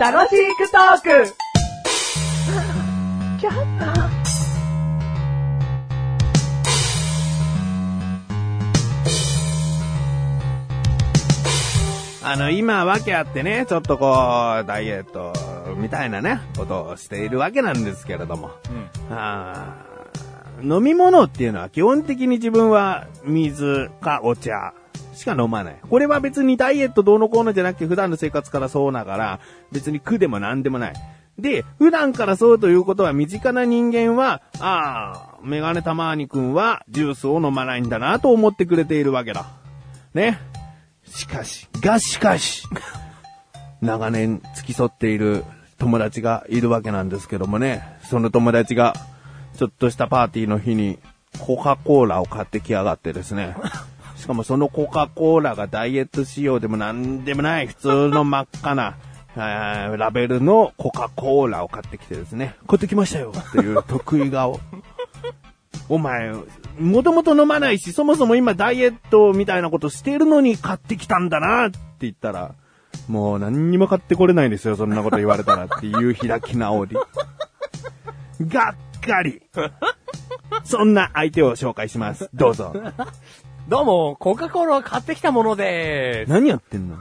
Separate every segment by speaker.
Speaker 1: 楽しくトーク
Speaker 2: あの、今、わけあってね、ちょっとこう、ダイエット、みたいなね、ことをしているわけなんですけれども。あー飲み物っていうのは基本的に自分は水かお茶しか飲まない。これは別にダイエットどうのこうのじゃなくて普段の生活からそうだから別に苦でも何でもない。で、普段からそうということは身近な人間は、ああ、メガネたまーにくんはジュースを飲まないんだなと思ってくれているわけだ。ね。しかし、がしかし、長年付き添っている友達がいるわけなんですけどもね、その友達が、ちょっとしたパーティーの日に、コカ・コーラを買ってきやがってですね。しかもそのコカ・コーラがダイエット仕様でもなんでもない、普通の真っ赤な、えーラベルのコカ・コーラを買ってきてですね、買ってきましたよっていう得意顔。お前、もともと飲まないし、そもそも今ダイエットみたいなことしてるのに買ってきたんだなって言ったら、もう何にも買ってこれないですよ、そんなこと言われたらっていう開き直り。がっかり。そんな相手を紹介します。どうぞ。
Speaker 3: どうも、コカ・コーラを買ってきたもので
Speaker 2: 何やってんの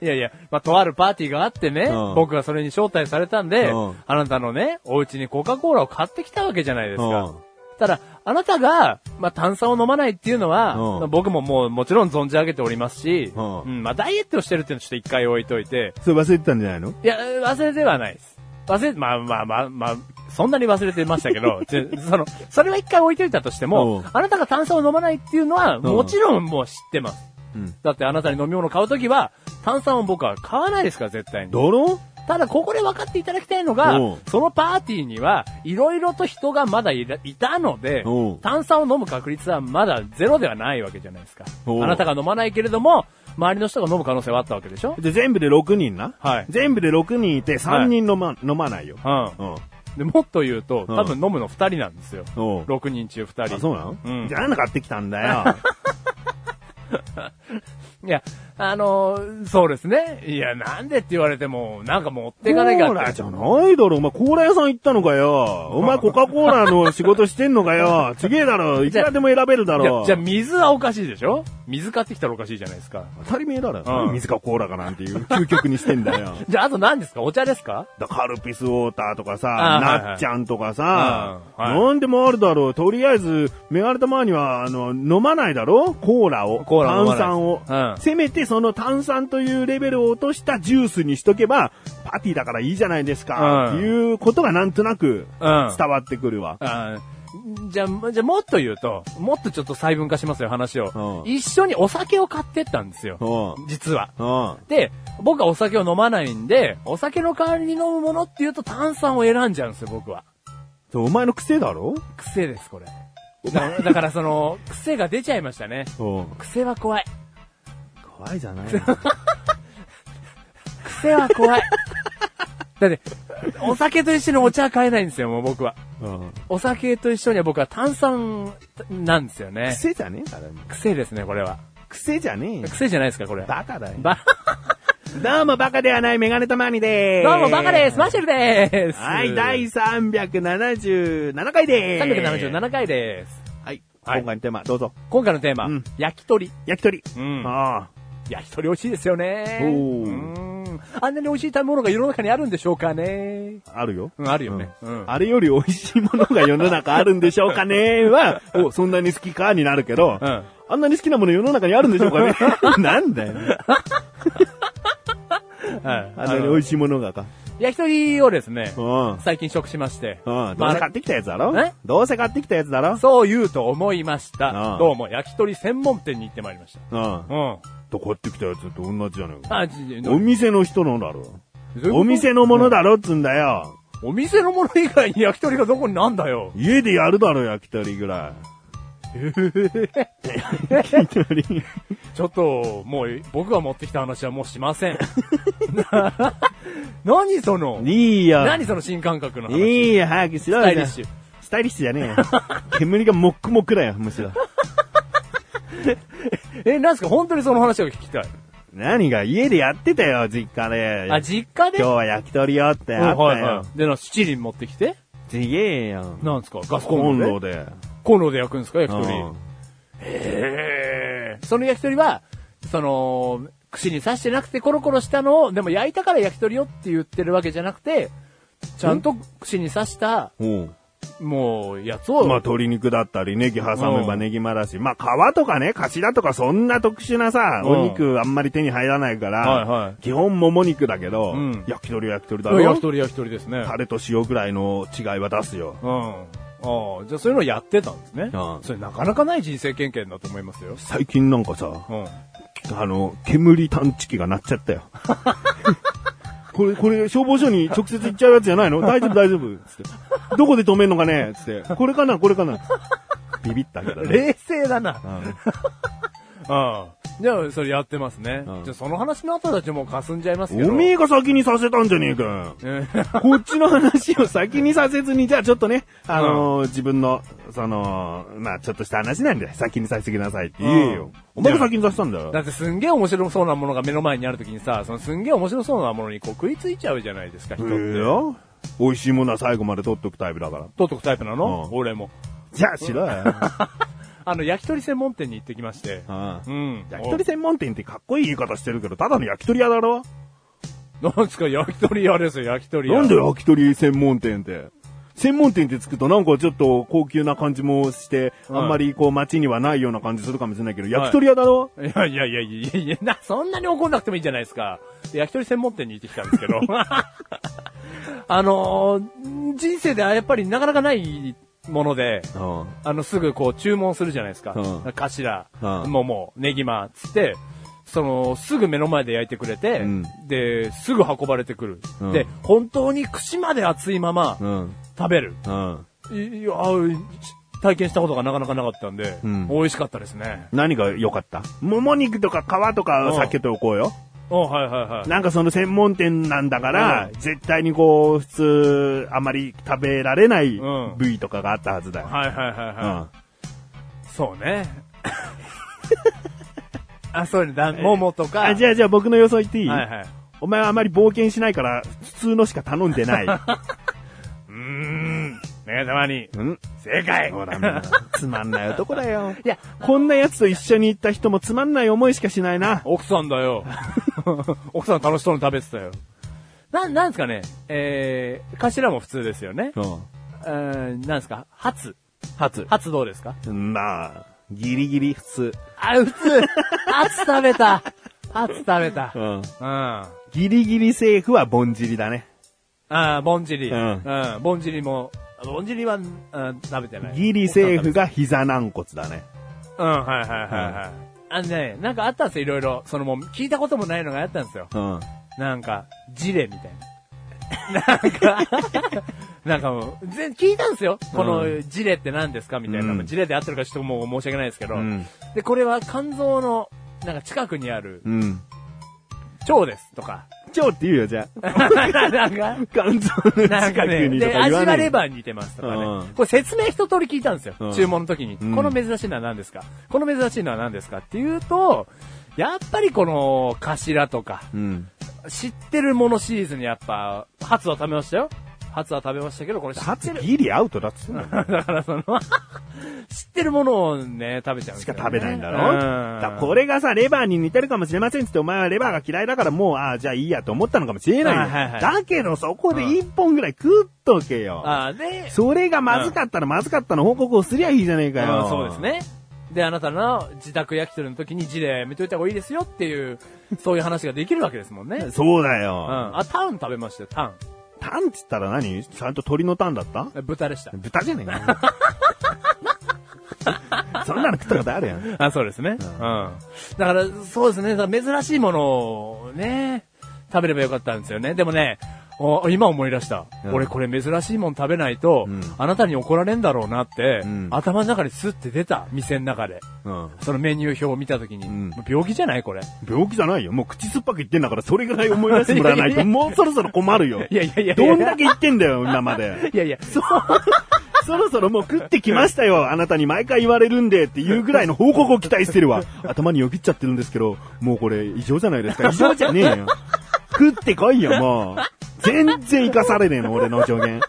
Speaker 3: す。いやいや、まあ、とあるパーティーがあってね、
Speaker 2: うん
Speaker 3: 僕がそれに招待されたんで、
Speaker 2: うん
Speaker 3: あなたのね、お家にコカ・コーラを買ってきたわけじゃないですか。
Speaker 2: うん
Speaker 3: ただ、あなたが、まあ、炭酸を飲まないっていうのは、
Speaker 2: うん
Speaker 3: まあ僕ももうもちろん存じ上げておりますし、
Speaker 2: うん
Speaker 3: うんまあ、ダイエットをしてるっていうのはちょっと一回置いといて、
Speaker 2: それ忘れてたんじゃないの
Speaker 3: いや、忘れてはないです。忘れ、まあまあまあまあ、そんなに忘れてましたけ ど、ちょその、それは一回置いといたとして
Speaker 2: う
Speaker 3: も
Speaker 2: ん、
Speaker 3: あなたが炭酸を飲まないっていうのは、
Speaker 2: ん
Speaker 3: もちろんもう知ってます。
Speaker 2: うん。
Speaker 3: だってあなたに飲み物買うときは、炭酸を僕は買わないですから、絶対に。
Speaker 2: だろ
Speaker 3: ただ、ここで分かっていただきたいのが
Speaker 2: うん、
Speaker 3: そのパーティーには、いろいろと人がまだいらいたので
Speaker 2: うん、
Speaker 3: 炭酸を飲む確率はまだゼロではないわけじゃないですか。あ
Speaker 2: うん
Speaker 3: なたが飲まないけれども、周りの人が飲む可能性はあったわけでしょ
Speaker 2: で、全部で6人な。
Speaker 3: はい
Speaker 2: 全部で6人いて3人飲ま、飲まないよ。
Speaker 3: うん。
Speaker 2: うん。
Speaker 3: で、もっと言うと、
Speaker 2: うん
Speaker 3: 多分飲むの2人なんですよ。
Speaker 2: おう
Speaker 3: 6人中2人。
Speaker 2: あ、そうなの
Speaker 3: うん
Speaker 2: じゃあ、なんか買ってきたんだ よ。
Speaker 3: いや、あのーそうですね。いや、なんでって言われても、なんか持ってかなきゃ
Speaker 2: コー
Speaker 3: っ
Speaker 2: ラ
Speaker 3: て
Speaker 2: じゃないだろ。お前、コーラ屋さん行ったのかよ。お前、コカ・コーラの仕事してんのかよ。ちげえだろ。いくらでも選べるだ
Speaker 3: いや
Speaker 2: ろ。
Speaker 3: じゃあ水はおかしいでしょ水買ってきたらおかしいじゃないですか。
Speaker 2: 当たり前だろ。
Speaker 3: うん
Speaker 2: 水かコーラかなんていう究極にしてんだよ。
Speaker 3: じゃあ、あと何ですかお茶ですか
Speaker 2: だカルピスウォーターとかさ、
Speaker 3: あはいはい
Speaker 2: なっちゃんとかさ、
Speaker 3: うんはい
Speaker 2: なんでもあるだろう。とりあえず、メガネたまには、あの、飲まないだろコーラを。
Speaker 3: コーラ飲まな
Speaker 2: 炭
Speaker 3: い
Speaker 2: 酸を、
Speaker 3: うん
Speaker 2: せめてその炭酸というレベルを落としたジュースにしとけば、パーティーだからいいじゃないですか。
Speaker 3: うん
Speaker 2: っていうことがなんとなく、
Speaker 3: うん。あ
Speaker 2: 伝わってくるわ。
Speaker 3: ーじゃあ、じゃあもっと言うと、もっとちょっと細分化しますよ、話を。
Speaker 2: うん
Speaker 3: 一緒にお酒を買ってったんですよ。
Speaker 2: う
Speaker 3: 実は。
Speaker 2: ん。うん。
Speaker 3: で、僕はお酒を飲まないんで、お酒の代わりに飲むものっていうと炭酸を選んじゃうんですよ、僕は。
Speaker 2: そうお前の癖だろ
Speaker 3: 癖です、これ。だだからその、癖が出ちゃいましたね。
Speaker 2: うん。
Speaker 3: 癖は怖い。
Speaker 2: 怖いじゃない
Speaker 3: 癖は怖い。だって、お酒と一緒にお茶は買えないんですよ、もう僕は。
Speaker 2: うん。
Speaker 3: お酒と一緒には僕は炭酸なんですよね。
Speaker 2: 癖じゃねえからね。
Speaker 3: 癖ですね、これは。
Speaker 2: 癖じゃねえ よ。
Speaker 3: 癖じゃないですか、これ。
Speaker 2: バカだよ。
Speaker 3: ば、
Speaker 2: どうもバカではないメガネたまにでーす。
Speaker 3: どうもバカですマッシュルでーす
Speaker 2: はい、第377回でーす。
Speaker 3: 377回です。
Speaker 2: はい。
Speaker 3: はい
Speaker 2: 今回のテーマ、どうぞ。
Speaker 3: 今回のテーマ、
Speaker 2: うん
Speaker 3: 焼き鳥。
Speaker 2: 焼き鳥。
Speaker 3: うん
Speaker 2: ああ。
Speaker 3: 焼き鳥美味しいですよね。
Speaker 2: おー
Speaker 3: うん。あんなに美味しい食べ物が世の中にあるんでしょうかね。
Speaker 2: あるよ。
Speaker 3: うん、あるよね。うん。
Speaker 2: あれより美味しいものが世の中あるんでしょうかねは、お、そんなに好きかになるけど、
Speaker 3: うん
Speaker 2: あんなに好きなもの世の中にあるんでしょうか ねなんだよ、ね。
Speaker 3: はい
Speaker 2: あんなに美味しいものがか。
Speaker 3: 焼き鳥をですね
Speaker 2: う、ん。うん。
Speaker 3: 最近食しまして。
Speaker 2: どうせ
Speaker 3: ま
Speaker 2: 買ってきたやつだろ
Speaker 3: え
Speaker 2: どうせ買ってきたやつだろ
Speaker 3: あそう言うと思いまし
Speaker 2: う
Speaker 3: た。
Speaker 2: ん
Speaker 3: どうも、焼き鳥専門店に行ってまいりまし
Speaker 2: うん
Speaker 3: た。。うん。
Speaker 2: と買ってきたやつと同じじゃないか。
Speaker 3: あ、じじ
Speaker 2: お店の人のだろ。
Speaker 3: どういうこと
Speaker 2: お店のものだろっつんだよ。
Speaker 3: お店のもの以外に焼き鳥がどこになんだよ。
Speaker 2: 家でやるだろ、焼き鳥ぐら い。焼き鳥。
Speaker 3: ちょっと、もう、僕が持ってきた話はもうしません。 何その、
Speaker 2: いいよ。
Speaker 3: 何その新感覚の話。
Speaker 2: いいよ、早くしろよ。
Speaker 3: スタイリッシュ
Speaker 2: じゃあ。スタイリッシュじゃねえよ。煙がもっくもくだよ、むしろ。
Speaker 3: え、なんすか本当にその話を聞きたい。
Speaker 2: 何が家でやってたよ、実家で。
Speaker 3: あ、実家で
Speaker 2: 今日は焼き鳥よってあったよ。
Speaker 3: はいはい。で、な、七輪持ってきて、
Speaker 2: ちげえよ。
Speaker 3: なんすかガスコ
Speaker 2: コ
Speaker 3: ン
Speaker 2: ン
Speaker 3: ロ
Speaker 2: ロ
Speaker 3: で。
Speaker 2: で。
Speaker 3: コンロで焼くんですか焼き鳥。
Speaker 2: うん
Speaker 3: へーその焼き鳥は、その、串に刺してなくてコロコロしたのを、でも焼いたから焼き鳥よって言ってるわけじゃなくて、ちゃんと串に刺した、
Speaker 2: うん。
Speaker 3: もう、やつを、
Speaker 2: まあ鶏肉だったり、ネギ挟めばネギまだし、まあ皮とかね、頭とかそんな特殊なさ、
Speaker 3: うん
Speaker 2: お肉あんまり手に入らないから、
Speaker 3: はいはい
Speaker 2: 基本もも肉だけど、
Speaker 3: うん
Speaker 2: 焼き鳥は焼き鳥だ
Speaker 3: うん
Speaker 2: ろ
Speaker 3: 焼き鳥焼き鳥ですね。
Speaker 2: タレと塩ぐらいの違いは出すよ。
Speaker 3: うん。ああ、じゃあそういうのをやってたんですね。
Speaker 2: うん
Speaker 3: それなかなかない人生経験だと思いますよ。
Speaker 2: 最近なんかさ、
Speaker 3: うん。
Speaker 2: あの、煙探知機が鳴っちゃった よ。これ、これ、消防署に直接行っちゃうやつじゃないの大丈夫、大丈夫。つって。どこで止めんのかねつって。これかな、これかな。ビビったけどね。
Speaker 3: 冷静だな。
Speaker 2: うん
Speaker 3: うん。じゃあ、それやってますね。
Speaker 2: うん
Speaker 3: じゃあ、その話の後だともうかすんじゃいますけど。
Speaker 2: おめえが先にさせたんじゃねえか。
Speaker 3: うん
Speaker 2: こっちの話を先にさせずに、じゃあちょっとね、あのー自分の、その、まあちょっとした話なんで、先にさせてくださいって言えよ。
Speaker 3: うん
Speaker 2: お前が先にさせたんだよ
Speaker 3: だ。ってすんげえ面白そうなものが目の前にあるときにさ、そのすんげえ面白そうなものにこう食いついちゃうじゃないですか、人って。
Speaker 2: いや美味しいものは最後まで取っとくタイプだから。
Speaker 3: 取っとくタイプなの、
Speaker 2: うん
Speaker 3: 俺も。
Speaker 2: じゃあしろよ。
Speaker 3: あの、焼き鳥専門店に行ってきまして。
Speaker 2: う
Speaker 3: うんん。
Speaker 2: 焼き鳥専門店ってかっこいい言い方してるけど、ただの焼き鳥屋だろ
Speaker 3: おなんですか、焼き鳥屋ですよ、焼き鳥屋。
Speaker 2: なんで焼き鳥専門店って。専門店ってつくとなんかちょっと高級な感じもして、
Speaker 3: うん
Speaker 2: あんまりこう街にはないような感じするかもしれないけど、
Speaker 3: い
Speaker 2: 焼き鳥屋だろ
Speaker 3: いやいやいやいやいや、な、そんなに怒んなくてもいいじゃないですか。焼き鳥専門店に行ってきたんですけど。 あのー人生ではやっぱりなかなかないもので、
Speaker 2: うん。
Speaker 3: あの、すぐこう注文するじゃないですか。
Speaker 2: うん
Speaker 3: 頭、
Speaker 2: うん
Speaker 3: 桃、ネギマ、つって、その、すぐ目の前で焼いてくれて、
Speaker 2: うん
Speaker 3: で、すぐ運ばれてくる、
Speaker 2: うん
Speaker 3: で、本当に串まで熱いまま
Speaker 2: うん。
Speaker 3: 食べる。
Speaker 2: うん。
Speaker 3: いいやあう体験したことがなかなかなかったんで、
Speaker 2: うん
Speaker 3: 美味しかったですね。
Speaker 2: 何が良かったもも肉とか皮とか
Speaker 3: うん
Speaker 2: 避けておこうよ。
Speaker 3: おはいはいはい。
Speaker 2: なんかその専門店なんだから
Speaker 3: うん、
Speaker 2: 絶対にこう、普通、あまり食べられない
Speaker 3: うん
Speaker 2: 部位とかがあったはずだよ。
Speaker 3: はいはいはいはい。そうね。 あ、そうね、だ、ももとか。
Speaker 2: あ、じゃあじゃあ僕の予想言っていい、
Speaker 3: はいはい。
Speaker 2: お前はあまり冒険しないから、普通のしか頼んでない。
Speaker 3: うーん。メガマに。
Speaker 2: ん
Speaker 3: 正解
Speaker 2: ほら、もうつまん ない男だよ。
Speaker 3: いや、
Speaker 2: こんな奴と一緒に行った人もつまんない思いしかしない な。
Speaker 3: 奥さんだよ。奥さん楽しそうに食べてたよ。な、なんですかねえー、頭も普通ですよね。うーん、なんですか初。
Speaker 2: 初。
Speaker 3: 初どうですか
Speaker 2: まあ、ギリギリ普通。
Speaker 3: あ、普 通初食べた初食べた。うん。あ
Speaker 2: ギリギリセーフはぼんじりだね。
Speaker 3: ー、ぼんじり。
Speaker 2: う
Speaker 3: うんん。ぼんじりも、ぼんじりは、うん、食べてない。
Speaker 2: ギリセーフが膝軟骨だね。
Speaker 3: うん、はいはいはいはい。あのね、なんかあったんですよ、いろいろ。そのもう、聞いたこともないのがあったんですよ。
Speaker 2: うん。
Speaker 3: なんか、ジレみたいな。 なんか、なんかもう、ぜ聞いたんですよ。このジレって何ですかみたいな。
Speaker 2: うん
Speaker 3: ジレで合ってるかちょっともう申し訳ないですけど。
Speaker 2: うん
Speaker 3: で、これは肝臓の、なんか近くにある、
Speaker 2: うん。
Speaker 3: 腸ですとか。
Speaker 2: 腸って言うよ、じゃあ。
Speaker 3: なんか、
Speaker 2: 肝臓の近く
Speaker 3: なんかね、
Speaker 2: にと
Speaker 3: で、
Speaker 2: か
Speaker 3: 味
Speaker 2: 言わ
Speaker 3: は
Speaker 2: な
Speaker 3: レ
Speaker 2: い。
Speaker 3: バーに似てますとかね
Speaker 2: う。ん
Speaker 3: これ説明一通り聞いたんですよ
Speaker 2: うん。
Speaker 3: 注文の時に。
Speaker 2: うん
Speaker 3: この珍しいのは何ですかこの珍しいのは何ですかっていうと、やっぱりこの、頭とか、
Speaker 2: うん。
Speaker 3: 知ってるものシリーズにやっぱ、初は食べましたよ。初は食べましたけど、これ知って
Speaker 2: 初
Speaker 3: る。
Speaker 2: ギリアウトだっつって んだよ
Speaker 3: だからその、知ってるものをね、食べちゃうんで
Speaker 2: し
Speaker 3: すよ
Speaker 2: か
Speaker 3: ね
Speaker 2: 食べないんだ
Speaker 3: う
Speaker 2: ろ
Speaker 3: ん
Speaker 2: だからこれがさ、レバーに似てるかもしれませんっつって、お前はレバーが嫌いだからもう、ああ、じゃあいいやと思ったのかもしれないよ。
Speaker 3: はいはいはい
Speaker 2: だけど、そこで一本ぐらい食っとけよ。
Speaker 3: ああ、で、
Speaker 2: それがまずかったらまずかったの報告をすりゃいいじゃねえか
Speaker 3: う
Speaker 2: よ。
Speaker 3: んそうです。ね。で、あなたの自宅焼き鳥の時にジレやめといた方がいいですよっていう、そういう話ができるわけですもんね。
Speaker 2: そうだ
Speaker 3: う
Speaker 2: よ。
Speaker 3: ん。あ、タン食べましたよ、タ
Speaker 2: タンっつったら何ちゃんと鳥のタンだった
Speaker 3: ン。豚でした。
Speaker 2: 豚じゃねえかよ。 そんなの食ったことあるやん。
Speaker 3: あ、そうですね。うん。だから、そうですね。だから珍しいものをね、食べればよかったんですよね。でもね、お今思い出した、
Speaker 2: うん
Speaker 3: 俺これ珍しいもの食べないと、
Speaker 2: うん
Speaker 3: あなたに怒られんだろうなって、
Speaker 2: うん
Speaker 3: 頭の中にスッて出た、店の中で。
Speaker 2: うん。
Speaker 3: そのメニュー表を見たときに、
Speaker 2: ん
Speaker 3: もう病気じゃないこれ。
Speaker 2: 病気じゃ ないよ。もう口酸っぱく言ってんだから、それぐらい思い出してもらわないと、もうそろそろ困るよ。
Speaker 3: いやいやいやいや
Speaker 2: どんだけ言ってんだよ、今まで。
Speaker 3: いやいや、そう。
Speaker 2: そろそろもう食ってきましたよ。 あなたに毎回言われるんでっていうぐらいの報告を期待してるわ。頭によぎっちゃってるんですけど、もうこれ異常じゃないですか。異常じゃねえよ。食ってこいよ、もう。全然生かされねえの、俺の助 言。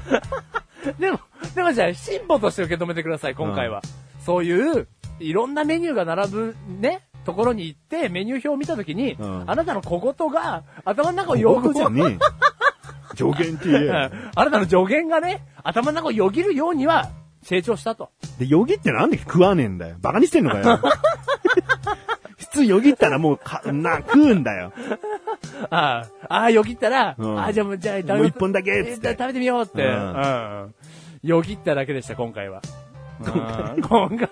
Speaker 3: でも、でもじゃあ、進歩として受け止めてください、今回は。そういう、いろんなメニューが並ぶ、ね、ところに行って、メニュー表を見たときに、
Speaker 2: うん
Speaker 3: あなたの小言が、頭の中をよ
Speaker 2: 報
Speaker 3: ぐ
Speaker 2: 告じゃねえよ。助言って言えよ。
Speaker 3: あなたの助言がね、頭の中をよぎるようには、成長したと。
Speaker 2: で、よぎってなんで食わねえんだよ。バカにしてんのかよ。 普通よぎったらもうか、な、食うんだよ。
Speaker 3: ああ、ああ、よぎったら、
Speaker 2: うん
Speaker 3: ああ、じゃあもう、じゃあ、食べ
Speaker 2: もう一本だけっつって
Speaker 3: えー食べてみようって、
Speaker 2: うん
Speaker 3: うんよぎっただけでした、今回は。うん 今回。うん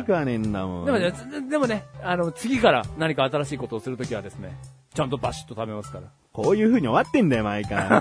Speaker 2: 食わねえんだもん。
Speaker 3: でもね、つでもね、あの、次から何か新しいことをするときはですね、ちゃんとバシッと食べますから。
Speaker 2: こういう風に終わってんだよ、毎 回。だ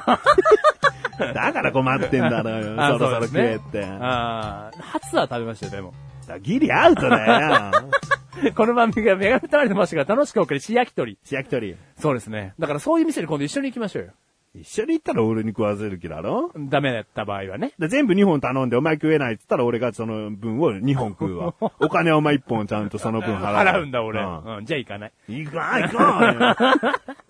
Speaker 2: から困ってんだろうよ、
Speaker 3: あ
Speaker 2: そろそろ
Speaker 3: う
Speaker 2: 食え
Speaker 3: で
Speaker 2: っ
Speaker 3: す
Speaker 2: て。
Speaker 3: ああ、初は食べましたよ、でも。
Speaker 2: ギリアウトだよ。
Speaker 3: この番組がメガネたまりのマッシュが楽しくお送り、し焼き鳥。
Speaker 2: 市役取り。
Speaker 3: そうですね。だからそういう店に今度一緒に行きましょうよ。
Speaker 2: 一緒に行ったら俺に食わせる気だろ
Speaker 3: ダメだった場合はね。
Speaker 2: で全部2本頼んでお前食えないって言ったら俺がその分を2本食う わ。お金はお前1本ちゃんとその分払う。
Speaker 3: 払うんだ、俺。
Speaker 2: う
Speaker 3: うん、じゃあ行かない。
Speaker 2: ん。行くわ、行こう